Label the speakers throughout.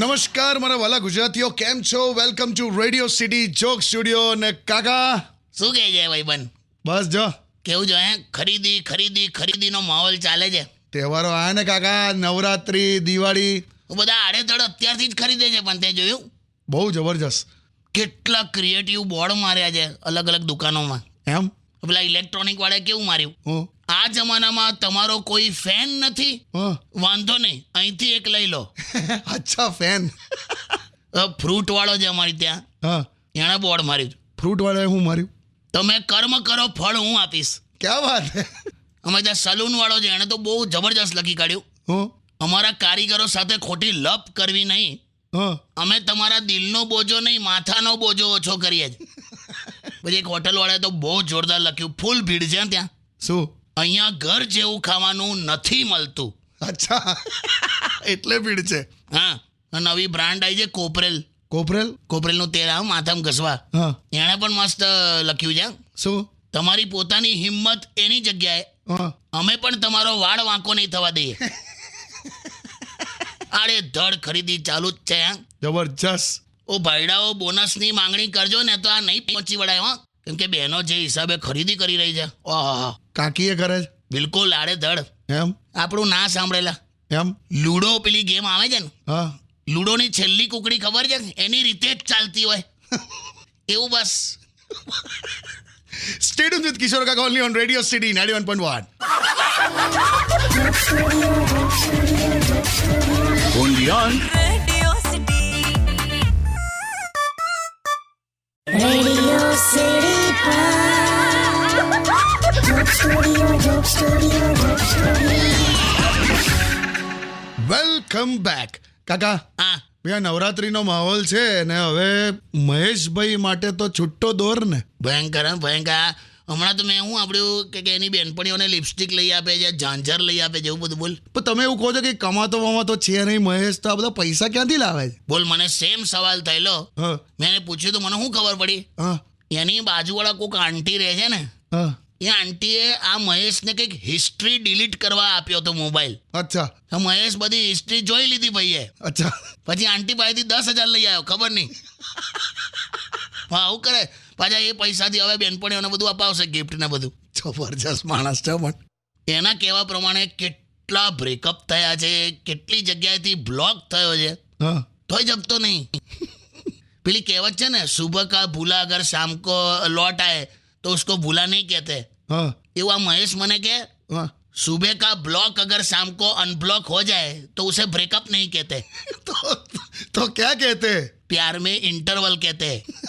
Speaker 1: નમસ્કાર મારા વાલા ગુજરાતીઓ કેમ છો welcome to Radio city Joke Studio અને કાકા
Speaker 2: શું કહે છે ભાઈબંધ
Speaker 1: બસ જો
Speaker 2: કેવું જો હે ખરીદી ખરીદી ખરીદીનો માહોલ ચાલે છે
Speaker 1: તહેવારો આયા ને કાકા નવરાત્રી દિવાળી
Speaker 2: હું બધા આડેધડ અત્યારથી જ ખરીદે છે પણ તે જોયું
Speaker 1: બહુ જબરજસ્ત
Speaker 2: કેટલા ક્રિએટિવ બોર્ડ માર્યા છે અલગ અલગ દુકાનોમાં
Speaker 1: એમ
Speaker 2: પેલા ઇલેક્ટ્રોનિક વાળા કેવું માર્યું
Speaker 1: હં,
Speaker 2: આ જમાનામાં તમારો કોઈ ફેન નથી
Speaker 1: હં.
Speaker 2: વાંધો નહીં અહીંથી એક લઈ લો
Speaker 1: અચ્છા ફેન
Speaker 2: ફ્રૂટ વાળો છે અમારી ત્યાં
Speaker 1: હા
Speaker 2: એણે બોર્ડ માર્યું
Speaker 1: ફ્રૂટ વાળાએ હું માર્યું
Speaker 2: તમે કર્મ કરો ફળ હું આપીશ
Speaker 1: ક્યાં વાત હે
Speaker 2: અમે ત્યાં સલૂન વાળો છે એણે તો બહુ જબરજસ્ત લખી કાઢ્યું
Speaker 1: હં,
Speaker 2: અમારા કારીગરો સાથે ખોટી લપ કરવી નહીં
Speaker 1: હં.
Speaker 2: અમે તમારા દિલનો બોજો નહીં માથાનો બોજો ઓછો કરીએ જ પછી એક હોટલવાળાએ તો બહુ જોરદાર લખ્યું ફૂલ ભીડ છે હં ત્યાં
Speaker 1: શું
Speaker 2: અહીંયા ઘર જેવું ખાવાનું નથી મળતું
Speaker 1: અચ્છા એટલે ભીડ છે
Speaker 2: હા આ નવી બ્રાન્ડ આવી છે કોપરેલ
Speaker 1: કોપરેલ
Speaker 2: કોપરેલનું તેલ આવે માથામાં ઘસવા
Speaker 1: હા
Speaker 2: એણે પણ મસ્ત લખ્યું છે
Speaker 1: શું
Speaker 2: તમારી પોતાની હિંમત એની જગ્યાએ
Speaker 1: હા
Speaker 2: અમે પણ તમારો વાળ વાંકો નહીં થવા દઈએ આડે ધડ ખરીદી ચાલુ જ છે હા
Speaker 1: જબરજસ્ત
Speaker 2: ઓ ભાઈડાઓ બોનસની માંગણી કરજો ને તો આ નહીં પહોંચી વળાય હો કેમ કે બહેનો જે હિસાબે ખરીદી કરી રહી છે ઓહો
Speaker 1: કાકીએ કરે છે
Speaker 2: બિલકુલ આડે ધડ
Speaker 1: એમ
Speaker 2: આપણું ના સાંભળેલા
Speaker 1: એમ
Speaker 2: લૂડો પેલી ગેમ આવે છે ને
Speaker 1: હા
Speaker 2: લૂડોની છેલ્લી કુકડી ખબર છે ને? એની રીતે જ ચાલતી હોય એવું બસ
Speaker 1: સ્ટેડિયમ વિથ કિશોર કાકા only on radio city ninety one point one
Speaker 3: Radio City.
Speaker 4: Radio City Pod. Joke Studio, Joke Studio, Joke Studio.
Speaker 1: Welcome back કાકા
Speaker 2: હા
Speaker 1: ભાઈ આ નવરાત્રીનો માહોલ છે ને હવે મહેશભાઈ માટે તો છૂટો દોર ને
Speaker 2: ભયંકર હં, ભયંકર હમણાં તો મેં હું આપણું કે કે એની બહેનપણીઓને લિપસ્ટિક લઈ આપે છે ઝાંઝર લઈ આપે છે એવું બધું બોલ
Speaker 1: પણ તમે એવું કહો છો કે કમાતો વમાતો છે નહીં મહેશ તો આ બધા પૈસા ક્યાંથી લાવે છે
Speaker 2: બોલ મને સેમ સવાલ થયેલો
Speaker 1: હા
Speaker 2: મેં એને પૂછ્યું તો મને શું ખબર પડી
Speaker 1: હા
Speaker 2: એની બાજુવાળા કોઈક આંટી રહે છે ને
Speaker 1: હા
Speaker 2: એ આંટીએ આ મહેશને કંઈક હિસ્ટ્રી ડિલીટ કરવા આપ્યો હતો મોબાઈલ
Speaker 1: અચ્છા
Speaker 2: તો મહેશ બધી હિસ્ટ્રી જોઈ લીધી ભાઈએ
Speaker 1: અચ્છા
Speaker 2: પછી આંટી પાસેથી દસ હજાર લઈ આવ્યો ખબર નહીં હા આવું કરે પાછા એ પૈસાથી હવે બેનપણીઓને બધું અપાવશે ગિફ્ટ ને બધું
Speaker 1: જબરજસ્ત માણસ છે પણ
Speaker 2: એના કહેવા પ્રમાણે કેટલા બ્રેકઅપ થયા છે કેટલી જગ્યાએથી બ્લોક થયો છે
Speaker 1: હા
Speaker 2: તોય જપતો નહીં પેલી કહેવત છે ને સુબહ કા ભૂલા અગર શામ કો લોટ આય તો ઉસકો ભૂલા નહીં કહેતે
Speaker 1: હા
Speaker 2: એવું આ મહેશ મને કહે
Speaker 1: હા
Speaker 2: सुबह का ब्लॉक अगर शाम को अनब्लॉक हो जाए तो उसे ब्रेकअप नहीं कहते
Speaker 1: તો તો ક્યાં કહેતે
Speaker 2: प्यार में इंटरवल कहते हैं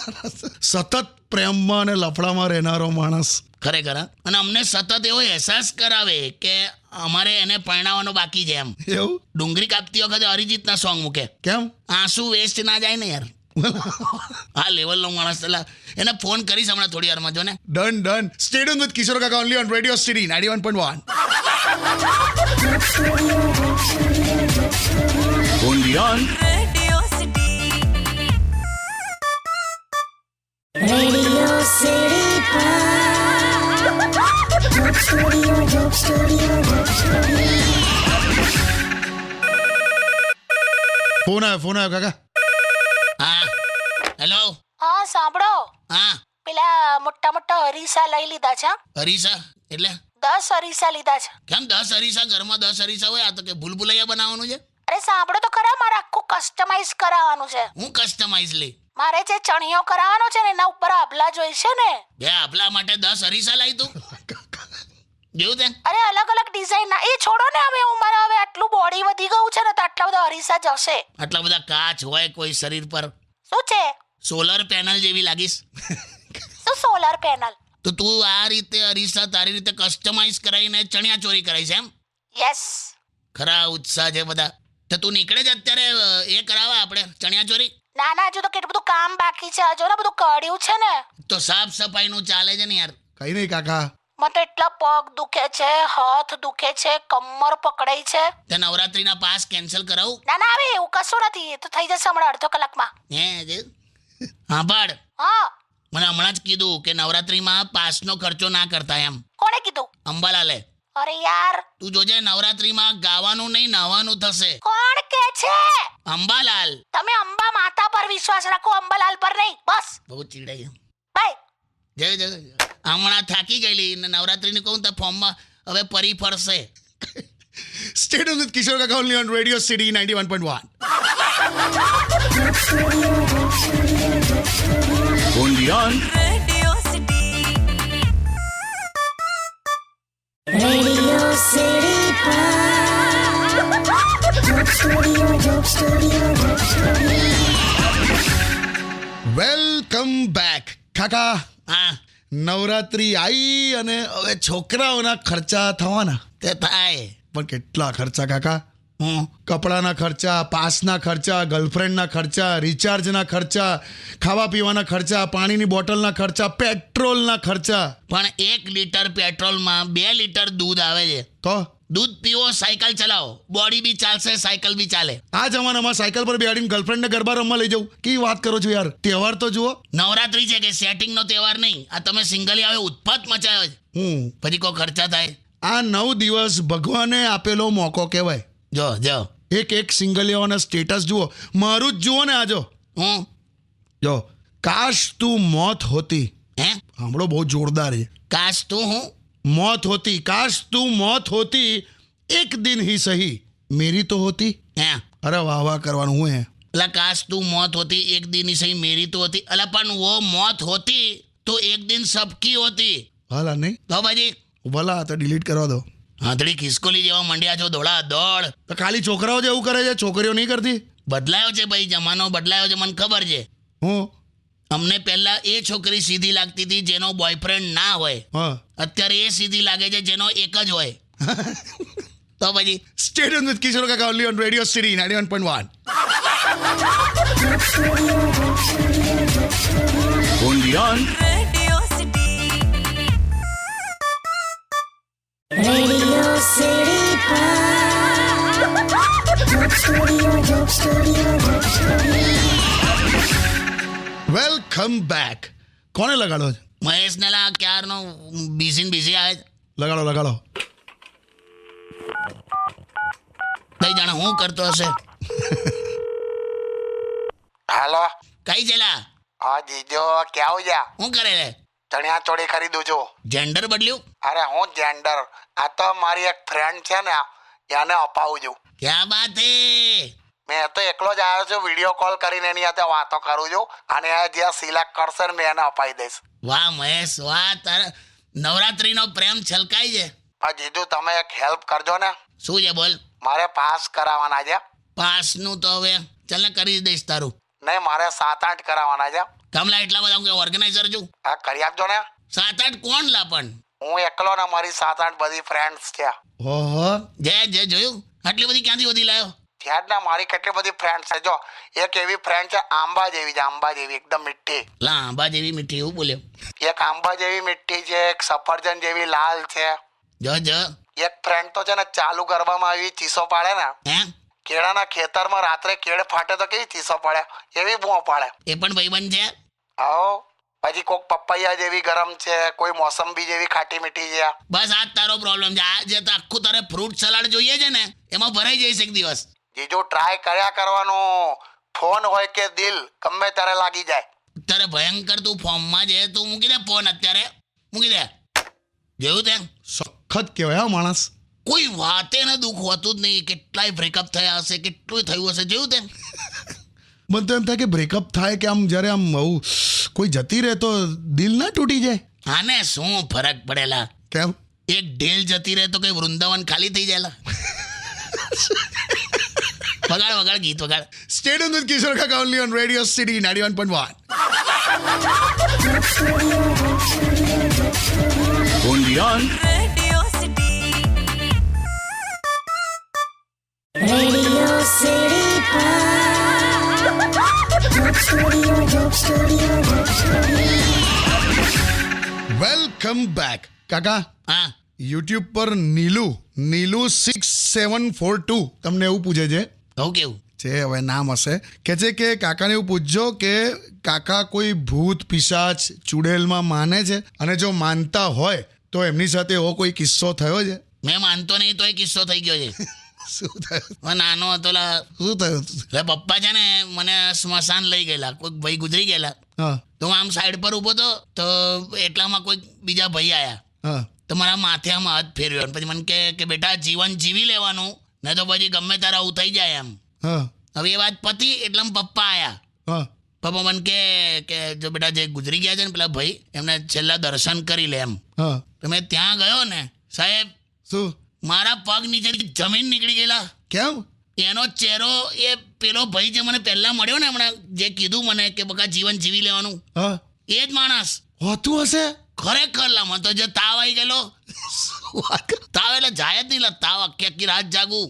Speaker 1: સતત પ્રેમમાં અને લફડામાં રહેનારો માણસ
Speaker 2: ખરેખર હા? અને અમને સતત એવો અહેસાસ કરાવે કે અમારે એને પરણાવવાનો બાકી છે એમ
Speaker 1: એવું
Speaker 2: ડુંગળી કાપતી વખતે અરિજીતના સોંગ મૂકે
Speaker 1: કેમ
Speaker 2: આંસુ વેસ્ટ ના જાય ને યાર આ લેવલનો માણસ એટલે એને ફોન કરીશ હમણાં થોડી વારમાં જો ને
Speaker 1: done done stadium with Kishore કાકા only on radio city ninety one point one
Speaker 3: Radio City.
Speaker 4: Radio City Pod. Joke Studio, Joke Studio, Joke Studio.
Speaker 1: Phone આવ્યો ફોન આવ્યો કાકા
Speaker 2: હા હેલો
Speaker 5: હા સાંભળો
Speaker 2: હા
Speaker 5: પેલા મોટા મોટા અરીસા લઈ લીધા છે હા?
Speaker 2: હરીસા એટલે
Speaker 5: દસ અરીસા લીધા છે
Speaker 2: કેમ દસ હરીસા ઘરમાં દસ હરીસા હોય આ તો કે ભૂલ ભૂલૈયા બનાવવાનું છે
Speaker 5: અરે સાંભળો તો ખરા મારે આખું કસ્ટમાઇઝ કરાવવાનું છે
Speaker 2: હું કસ્ટમાઇઝ લઈ
Speaker 5: મારે જે ચણિયો કરાવવાનો છે ને એના ઉપર આભલા જોઈશે ને
Speaker 2: બે આપલા માટે દસ હરીસા લાવી તું જોયું તે
Speaker 5: અરે અલગ અલગ ડિઝાઇન ના એ છોડો ને હવે હું મારા હવે આટલું બોડી વધી ગયું છે ને તો આટલા બધા અરીસા જશે
Speaker 2: આટલા બધા કાચ હોય કોઈ શરીર પર
Speaker 5: શું છે
Speaker 2: સોલર પેનલ જેવી લાગીશ
Speaker 5: શું સોલર પેનલ
Speaker 2: તો તું આ રીતે અરીસા તારી રીતે કસ્ટમાઇઝ કરાવીને ચણિયા ચોરી કરાવીશ એમ
Speaker 5: યસ
Speaker 2: ખરા ઉત્સાહ છે બધા તો તું નીકળે જ અત્યારે અ, એ કરાવવા આપણે ચણિયા ચોરી
Speaker 5: ના ના હજુ તો કેટલું બધું કામ બાકી છે હજુ ને બધું કળ્યું છે ને
Speaker 2: તો સાફ સફાઈનું ચાલે છે ને યાર
Speaker 1: કઈ નહીં કાકા
Speaker 5: મને તો એટલા પગ દુખે છે હાથ દુખે છે કમર પકડાઈ છે
Speaker 2: તે નવરાત્રીના પાસ કેન્સલ કરાવું
Speaker 5: ના ના હવે એવું કશું નથી એ તો થઈ જશે હમણાં અડધો કલાકમાં
Speaker 2: હે જે હા પાડ
Speaker 5: હા
Speaker 2: મને હમણાં જ કીધું કે નવરાત્રીમાં પાસનો ખર્ચો ના કરતા એમ
Speaker 5: કોણે કીધું
Speaker 2: અંબાલાલે
Speaker 5: અરે યાર
Speaker 2: તું જોજે નવરાત્રીમાં ગાવાનું નહીં નાવાનું થશે
Speaker 5: કોણ કે છે
Speaker 2: અંબાલાલ
Speaker 5: તમે અંબા માતા પર વિશ્વાસ રાખો અંબાલાલ પર નહીં બસ
Speaker 2: બહુ ચીડાઈ
Speaker 5: બાય
Speaker 2: જય જય જય. હમણાં થાકી ગયેલી ને નવરાત્રીની કહું તો ફોર્મમાં હવે પરી ફરશે
Speaker 1: સ્ટેડિયમ વિથ કિશોર કાકા only on radio city ninety one point one
Speaker 3: Radio City.
Speaker 4: Radio City Pod. Joke Studio, Joke Studio, Joke Studio.
Speaker 1: Welcome back કાકા
Speaker 2: હા
Speaker 1: નવરાત્રી આવી અને હવે છોકરાઓના ખર્ચા થવાના
Speaker 2: તે થાય
Speaker 1: પણ કેટલા ખર્ચા કાકા
Speaker 2: હું
Speaker 1: કપડાના ખર્ચા પાસના ખર્ચા ગર્લફ્રેન્ડના ખર્ચા રિચાર્જના ખર્ચા ખાવા પીવાના ખર્ચા પાણીની બોટલના ખર્ચા પેટ્રોલના ખર્ચા
Speaker 2: પણ એક લીટર પેટ્રોલમાં બે લીટર દૂધ આવે છે
Speaker 1: તો
Speaker 2: દૂધ પીવો સાયકલ ચલાવો બોડી બી ચાલશે સાયકલ બી ચાલે
Speaker 1: આ જમાનામાં સાયકલ પર બેહાડીને ગર્લફ્રેન્ડને ગરબા રમવા લઈ જવું કેવી વાત કરો છો યાર તહેવાર તો જુઓ
Speaker 2: નવરાત્રી છે કે સેટિંગનો તહેવાર નહીં આ તમે સિંગલી આવે ઉત્પાત મચાયો છે
Speaker 1: હું
Speaker 2: પછી કોઈ ખર્ચા થાય
Speaker 1: આ નવ દિવસ ભગવાને આપેલો મોકો કહેવાય
Speaker 2: જો જો
Speaker 1: એક એક સિંગલિયાઓના સ્ટેટસ જુઓ મારું જ જુઓ ને આજો
Speaker 2: હું
Speaker 1: જો કાશ તું મોત હોતી
Speaker 2: હે
Speaker 1: સાંભળો બહુ જોરદાર છે
Speaker 2: કાશ તું હું
Speaker 1: मौत होती काश तू मौत होती एक दिन ही सही मेरी तो होती
Speaker 2: હે
Speaker 1: अरे वाह वाह करवाना हुए हैं
Speaker 2: અલા કાશ તું મોત હોતી એક દિન સહી મેરી તો હોતી અલા પણ વો મોત હોતી તો એક દિન સબકી હોતી
Speaker 1: भला नहीं
Speaker 2: તો ભાજી
Speaker 1: भला तो डिलीट करवा दो
Speaker 2: હાથડી ખિસકોલી જેવા મંડ્યા છો દોડા દોડ
Speaker 1: तो खाली छोकराओ जो એવું કરે છે છોકરીઓ નહીં કરતી
Speaker 2: બદલાયો છે ભાઈ જમાનો બદલાયો છે મને ખબર છે
Speaker 1: હું
Speaker 2: અમને પહેલા એ છોકરી સીધી લાગતી હતી જેનો બોયફ્રેન્ડ ના હોય
Speaker 1: હા
Speaker 2: અત્યારે એ સીધી લાગે છે જેનો એક જ હોય તો પછી
Speaker 1: સ્ટેડિયમ વિથ કિશોર કાકા only on radio city ninety one point one
Speaker 3: Radio City.
Speaker 4: Radio City Pod. Joke Studio, Joke Studio, Joke Studio.
Speaker 1: Welcome back કોને લગાડો છે
Speaker 2: મહેશને લા ક્યારનો બિઝી બિઝી આવે છે.
Speaker 1: લગાડો લગાડો
Speaker 2: કઈ જાણે હું કરતો હશે
Speaker 6: હાલો
Speaker 2: કઈ છેલા
Speaker 6: હા જીજો ક્યાં આવ્યા
Speaker 2: હું કરે રે
Speaker 6: ચણિયા ચોળી ખરીદું છું
Speaker 2: જેન્ડર બદલ્યું
Speaker 6: અરે હું જેન્ડર આ તો મારી એક ફ્રેન્ડ છે ને એને અપાવું છું
Speaker 2: ક્યાં બાત હે
Speaker 6: મેં તો એકલો જ આવ્યો છું વિડીયો કોલ કરીને એની સાથે વાતો કરું છું અને એ જે સિલેક્ટ કરશે ને મેં એને અપાઈ દઈશ
Speaker 2: વાહ મહેશ વાહ તારા નવરાત્રીનો પ્રેમ છલકાય છે
Speaker 6: હા જીજુ તમે એક હેલ્પ કરજો ને
Speaker 2: શું છે બોલ
Speaker 6: મારે પાસ કરાવવાના છે
Speaker 2: પાસનું તો હવે ચાલ ને કરી દઈશ તારું
Speaker 6: નહીં મારે સાત આઠ કરાવવાના છે
Speaker 2: કમલા એટલા બધા હું ઓર્ગેનાઇઝર છું
Speaker 6: હા કરી આપજો ને
Speaker 2: સાત આઠ કોણ લા પણ
Speaker 6: હું એકલો ને મારી સાત આઠ બધી ફ્રેન્ડ્સ છે
Speaker 1: ઓહો
Speaker 2: જય જય જોયું આટલી બધી ક્યાંથી વધી લાયો
Speaker 6: ત્યાં જ ને મારી કેટલી બધી ફ્રેન્ડ્સ છે જો એક એવી ફ્રેન્ડ છે આંબા જેવી છે આંબા જેવી એકદમ મીઠી
Speaker 2: લા આંબા જેવી મીઠી એવું બોલ્યો
Speaker 6: એક આંબા જેવી મીઠી છે એક સફરજન જેવી લાલ છે
Speaker 2: જો જો
Speaker 6: એક ફ્રેન્ડ તો છે ને ચાલુ ગરબામાં એવી ચીસો પાડે ને
Speaker 2: હે
Speaker 6: કેળાના ખેતરમાં રાત્રે કેળ ફાટે તો કેવી ચીસો પાડે એવી બૂમો પાડે
Speaker 2: એ પણ ભાઈબંધ છે
Speaker 6: આવો પછી કોક પપૈયા જેવી ગરમ છે કોઈ મોસંબી જેવી ખાટી મીઠી છે
Speaker 2: બસ આ જ તારો પ્રોબ્લેમ છે આ જે તો આખું તારે ફ્રૂટ સલાડ જોઈએ છે ને એમાં ભરાઈ જઈશ એક દિવસ
Speaker 6: જીજુ ટ્રાય કર્યા કરવાનું ફોન હોય કે દિલ ગમે ત્યારે લાગી જાય
Speaker 2: અત્યારે ભયંકર તું ફોર્મમાં છે તું મૂકી દે ફોન અત્યારે મૂકી દે જોયું તે
Speaker 1: સખત કહેવાય હા માણસ
Speaker 2: કોઈ વાતે ને દુઃખ હોતું જ નહીં કેટલાય બ્રેકઅપ થયા હશે કેટલું થયું હશે જોયું તે
Speaker 1: મને તો એમ થાય કે બ્રેકઅપ થાય કે આમ જ્યારે આમ આવું કોઈ જતી રહે તો દિલ ના તૂટી જાય
Speaker 2: આને શું ફરક પડેલા
Speaker 1: કેમ
Speaker 2: એક ઢેલ જતી રહે તો કઈ વૃંદાવન ખાલી થઈ જાયેલા વગાડ વગાડ ગીત વગાડ
Speaker 1: સ્ટેડિયમ વિથ કિશોર કાકા only on radio city ninety one point one
Speaker 3: Radio City.
Speaker 4: Radio City Pod. Joke Studio, Joke Studio, Joke Studio.
Speaker 1: Welcome back કાકા
Speaker 2: હા
Speaker 1: યુટ્યુબ પર Neelu Neelu six seven four two તમને એવું પૂછે છે
Speaker 2: કહું કેવું
Speaker 1: જે હવે નામ હશે કે છે કે કાકાને એવું પૂછજો કે કાકા કોઈ ભૂત પિશાચ ચુડેલમાં માને છે અને જો માનતા હોય તો એમની સાથે એવો કોઈ કિસ્સો થયો છે
Speaker 2: મેં માનતો નહીં તો એ કિસ્સો થઈ ગયો છે
Speaker 1: શું થયું
Speaker 2: હું નાનો હતો લા
Speaker 1: શું થયું
Speaker 2: એટલે પપ્પા છે ને મને સ્મશાન લઈ ગયેલા કોઈક ભાઈ ગુજરી ગયેલા
Speaker 1: હા
Speaker 2: તો હું આમ સાઈડ પર ઊભો હતો તો એટલામાં કોઈક બીજા ભાઈ આવ્યા
Speaker 1: હા
Speaker 2: તો મારા માથે આમ હાથ ફેરવ્યો અને પછી મને કહે કે બેટા જીવન જીવી લેવાનું નહીં તો પછી ગમે તારા આવું થઈ જાય એમ
Speaker 1: હા
Speaker 2: હવે એ વાત પતી એટલે આમ પપ્પા આવ્યા
Speaker 1: હા
Speaker 2: પપ્પા મને કહે કે જો બેટા જે ગુજરી ગયા છે ને પેલા ભાઈ એમને છેલ્લા દર્શન કરી લે એમ
Speaker 1: હા
Speaker 2: તો મેં ત્યાં ગયો ને સાહેબ
Speaker 1: શું
Speaker 2: મારા પગ નીચેથી જમીન નીકળી ગયેલા
Speaker 1: કેમ
Speaker 2: એનો ચહેરો એ પેલો ભાઈ જે મને પહેલાં મળ્યો ને હમણાં જે કીધું મને કે બકા જીવન જીવી લેવાનું
Speaker 1: હા
Speaker 2: એ જ માણસ
Speaker 1: હોતું હશે
Speaker 2: ખરેખર લા મને તો જે તાવ આવી ગયેલો તાવ એટલે જાય જ નહીં લા તાવ આખી આખી રાત જાગું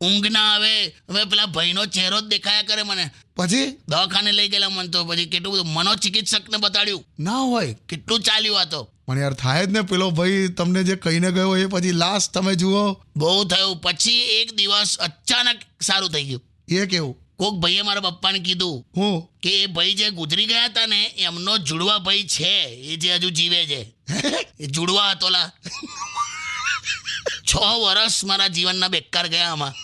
Speaker 2: ઊંઘ ના આવે હવે પેલા ભાઈનો ચહેરો જ દેખાયા કરે મને
Speaker 1: પછી
Speaker 2: દવાખાને લઈ ગયેલા મને તો પછી કેટલું બધું મનોચિકિત્સકને બતાડ્યું
Speaker 1: ના હોય
Speaker 2: કેટલું ચાલ્યું આ તો
Speaker 1: પણ યાર થાય જ ને પેલો ભાઈ તમને જે કહીને ગયો એ પછી લાસ્ટ તમે જુઓ
Speaker 2: બહુ થયું પછી એક દિવસ અચાનક સારું થઈ ગયું
Speaker 1: એ કેવું
Speaker 2: કોક ભાઈએ મારા પપ્પાને કીધું
Speaker 1: હું
Speaker 2: કે એ ભાઈ જે ગુજરી ગયા હતા ને એમનો જુડવા ભાઈ છે એ જે હજુ જીવે છે એ જુડવા હતો લા છ વર્ષ મારા જીવનના બેકાર ગયા આમાં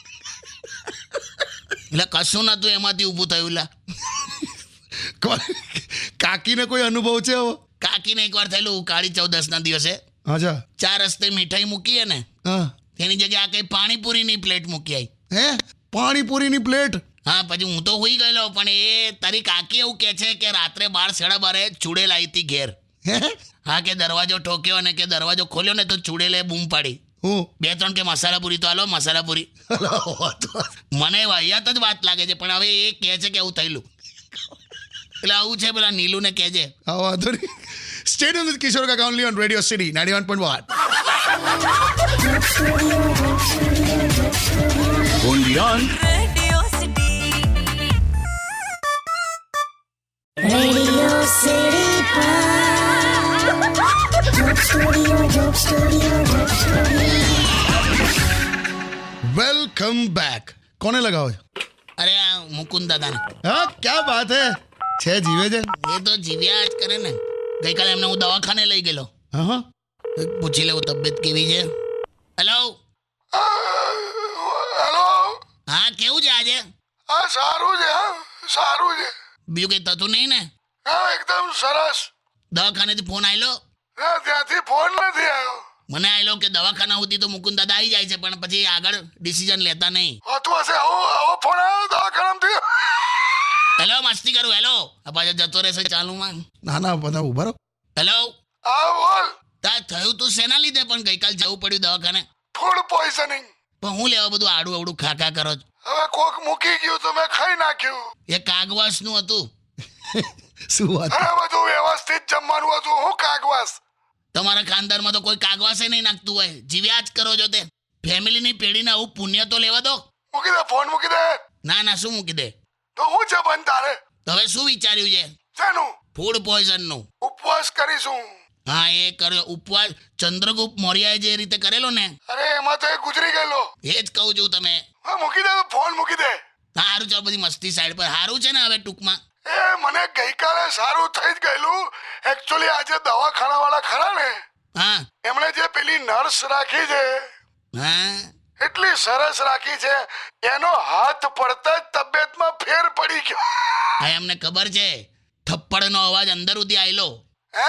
Speaker 2: એટલે કશું નતું એમાંથી ઊભું થયું લા
Speaker 1: કો- કાકીને કોઈ અનુભવ છે હવે
Speaker 2: કાકીને એકવાર થયેલું કાળી ચૌદસના દિવસે
Speaker 1: અચ્છા
Speaker 2: ચાર રસ્તે મીઠાઈ મૂકીએ ને
Speaker 1: હા
Speaker 2: તેની જગ્યાએ આ કંઈ પાણીપુરીની પ્લેટ મૂકી આવી
Speaker 1: હે પાણીપુરીની પ્લેટ
Speaker 2: હા પછી હું તો હોઈ ગયેલો પણ એ તારી કાકી એવું કહે છે કે રાત્રે બાર સાડા બારે ચૂડેલ આવી હતી ઘેર
Speaker 1: હે
Speaker 2: હા કે દરવાજો ઠોક્યો અને કે દરવાજો ખોલ્યો ને તો ચૂડેલે બૂમ પાડી
Speaker 1: હું
Speaker 2: બે ત્રણ કે મસાલાપુરી તો આલો મસાલાપુરી મને વાહિયાત જ વાત લાગે છે પણ હવે એ કહે છે કે આવું થયેલું એટલે આવું છે પેલા નીલુને કહેજે
Speaker 1: આ વાંધો નહીં સ્ટેડિયમ વિથ કિશોર કાકા only on radio city ninety one point one
Speaker 3: Radio City.
Speaker 4: Radio City Pod. Joke Studio, Joke Studio, Joke Studio.
Speaker 1: Welcome back કોને લગાવો છો
Speaker 2: અરે આ મુકુંદ દાદાને
Speaker 1: હા ક્યાં વાત હે છે જીવે છે
Speaker 2: એ તો જીવ્યા જ કરે ને ગઈકાલે એમને હું દવાખાને લઈ ગયેલો
Speaker 1: હા હા
Speaker 2: પૂછી લેવું તબિયત કેવી છે હેલો
Speaker 6: હેલો
Speaker 2: હા કેવું છે આજે
Speaker 6: હા સારું છે હા સારું છે
Speaker 2: બીજું કંઈ થતું નહીં ને
Speaker 6: હા એકદમ સરસ
Speaker 2: દવાખાનેથી ફોન આયલો
Speaker 6: ના ત્યાંથી ફોન નથી આવ્યો
Speaker 2: મને આયલો કે દવાખાના સુધી તો મુકુંદ દાદા આવી જાય છે પણ પછી આગળ ડિસિઝન લેતા નહીં
Speaker 6: હોતું હશે આવો આવો ફોન આવ્યો દવાખાનામાંથી
Speaker 2: હેલો મસ્તી કરું હેલો આ પાછો જતો રહેશે ચાલુમાં
Speaker 1: ના ના બધા ઉભા રહો
Speaker 2: હેલો
Speaker 6: હા બોલ
Speaker 2: તા થયું તું શેના લીધે પણ ગઈકાલ જવું પડ્યું દવાખાને
Speaker 6: ફૂડ પોઈઝનિંગ
Speaker 2: પણ હું લેવા બધું આડું અવડું ખાખા કરો છો
Speaker 6: હવે કોક મૂકી ગયું તો મેં ખાઈ નાખ્યું
Speaker 2: એ કાગવાસનું હતું
Speaker 1: શું વાત
Speaker 6: અરે બધું વ્યવસ્થિત જમવાનું હતું હું કાગવાસ
Speaker 2: તમારા ખાનદાનમાં તો કોઈ કાગવાસે નહીં નાખતું હોય જીવ્યા જ કરો છો તે ફેમિલીની પેઢીને આવું પુણ્ય તો લેવા દો
Speaker 6: મૂકી દે ફોન મૂકી દે
Speaker 2: ના ના શું મૂકી દે
Speaker 6: તો હું છે બંધ તારે
Speaker 2: તો હવે શું વિચાર્યું છે
Speaker 6: શેનું
Speaker 2: ફૂડ પોઈઝનનું
Speaker 6: ઉપવાસ કરીશું
Speaker 2: હા એ કર્યો ઉપવાસ ચંદ્રગુપ્ત મૌર્યાએ જે રીતે કરેલો ને
Speaker 6: અરે એમાં તો એ ગુજરી ગયેલો
Speaker 2: એ જ કહું છું તમે
Speaker 6: હવે મૂકી દે તો ફોન મૂકી દે
Speaker 2: હા સારું ચાલો બધી મસ્તી સાઈડ પર સારું છે ને હવે ટૂંકમાં
Speaker 6: એ મને ગઈકાલે સારું થઈ જ ગયેલું એકચ્યુઅલી આજે દવાખાનાવાળા ખરા ને
Speaker 2: હા
Speaker 6: એમણે જે પેલી નર્સ રાખી છે
Speaker 2: હા
Speaker 6: એટલી સરસ રાખી છે એનો હાથ પડતા જ તબિયતમાં ફેર પડી ગયો
Speaker 2: હા અમને ખબર છે થપ્પડનો અવાજ અંદર સુધી આયલો
Speaker 6: હે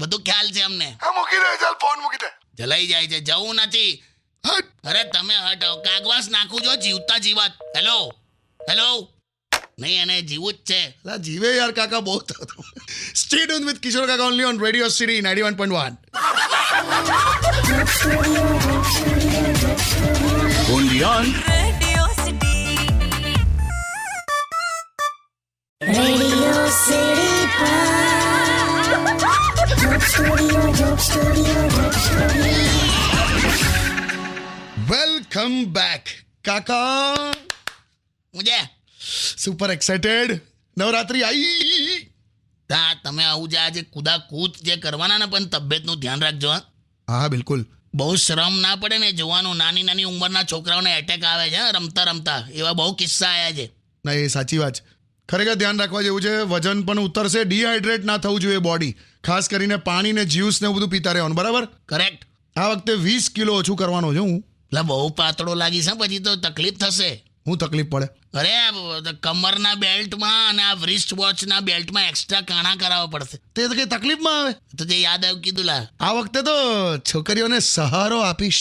Speaker 2: બધું ખ્યાલ છે અમને
Speaker 6: હા મૂકી દે ચાલ ફોન મૂકી દે
Speaker 2: જલાઈ જાય છે જવું નથી હટ અરે તમે હટો કાગવાસ નાખું છો જીવતા જીવાત હેલો હેલો નહીં એને જીવું જ છે
Speaker 1: અલા જીવે યાર કાકા બહુ થતું સ્ટેડિયમ વિથ કિશોર કાકા only on radio city ninety one point one
Speaker 3: Radio City.
Speaker 4: Radio City Pod. Joke Studio, Joke Studio, Joke Studio.
Speaker 1: Welcome back કાકા
Speaker 2: મુજે
Speaker 1: સુપર એક્સાઇટેડ નવરાત્રી આવી
Speaker 2: તા તમે આવું જે આજે કુદાકૂદ જે કરવાના ને પણ તબિયતનું ધ્યાન રાખજો હા
Speaker 1: હા હા બિલકુલ
Speaker 2: બહુ શરમ ના પડે ને જોવાનું નાની નાની ઉંમરના છોકરાઓને એટેક આવે છે હા, રમતા રમતા એવા બહુ કિસ્સા આવ્યા છે
Speaker 1: ના એ સાચી વાત છે ખરેખર ધ્યાન રાખવા જેવું છે વજન પણ ઉતરશે ડિહાઇડ્રેટ ના થવું જોઈએ બોડી ખાસ કરીને પાણી ને જ્યુસ ને એવું બધું પીતા રહેવાનું બરાબર
Speaker 2: કરેક્ટ
Speaker 1: આ વખતે વીસ કિલો ઓછું કરવાનો છું હું
Speaker 2: એટલે બહુ પાતળો લાગીશ હા, પછી તો તકલીફ થશે
Speaker 1: હું તકલીફ પડે
Speaker 2: અરે આ બ- બ- કમરના બેલ્ટમાં અને આ રિસ્ટ વોચના બેલ્ટમાં એક્સ્ટ્રા કાણા કરાવવા પડશે
Speaker 1: તે તો કંઈ તકલીફમાં આવે
Speaker 2: તો તે યાદ આવ્યું કીધું લા
Speaker 1: આ વખતે તો છોકરીઓને સહારો આપીશ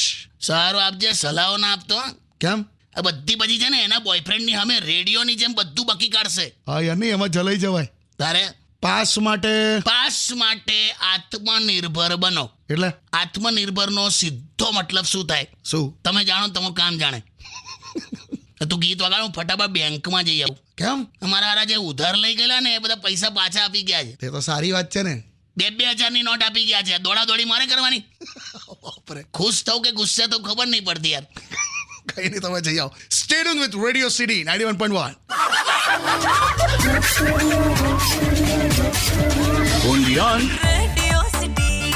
Speaker 2: સહારો આપજે સલાહો ના આપતો હા.
Speaker 1: કેમ
Speaker 2: આ બધી બધી છે ને એના બોયફ્રેન્ડની સામે રેડિયોની જેમ બધું બકી કાઢશે
Speaker 1: હા યાર નહીં એમાં જલાઈ જવાય
Speaker 2: તારે
Speaker 1: પાસ માટે
Speaker 2: પાસ માટે આત્મનિર્ભર બનો
Speaker 1: એટલે
Speaker 2: આત્મનિર્ભરનો સીધો મતલબ શું થાય
Speaker 1: શું
Speaker 2: તમે જાણો તમારું કામ જાણે તું ગીત વગાડ હું ફટાફટ બેંકમાં જઈ આવું
Speaker 1: કેમ
Speaker 2: અમારા હારા જે ઉધાર લઈ ગયેલા ને એ બધા પૈસા પાછા આપી ગયા છે
Speaker 1: તે તો સારી વાત છે ને
Speaker 2: બે બે હજારની નોટ આપી ગયા છે દોડા દોડી મારે કરવાની ખુશ થવું કે ગુસ્સે થવું ખબર નહીં પડતી યાર
Speaker 1: કઈ નહીં તમે જઈ આવો stadium with radio city ninety one point one
Speaker 3: Radio City.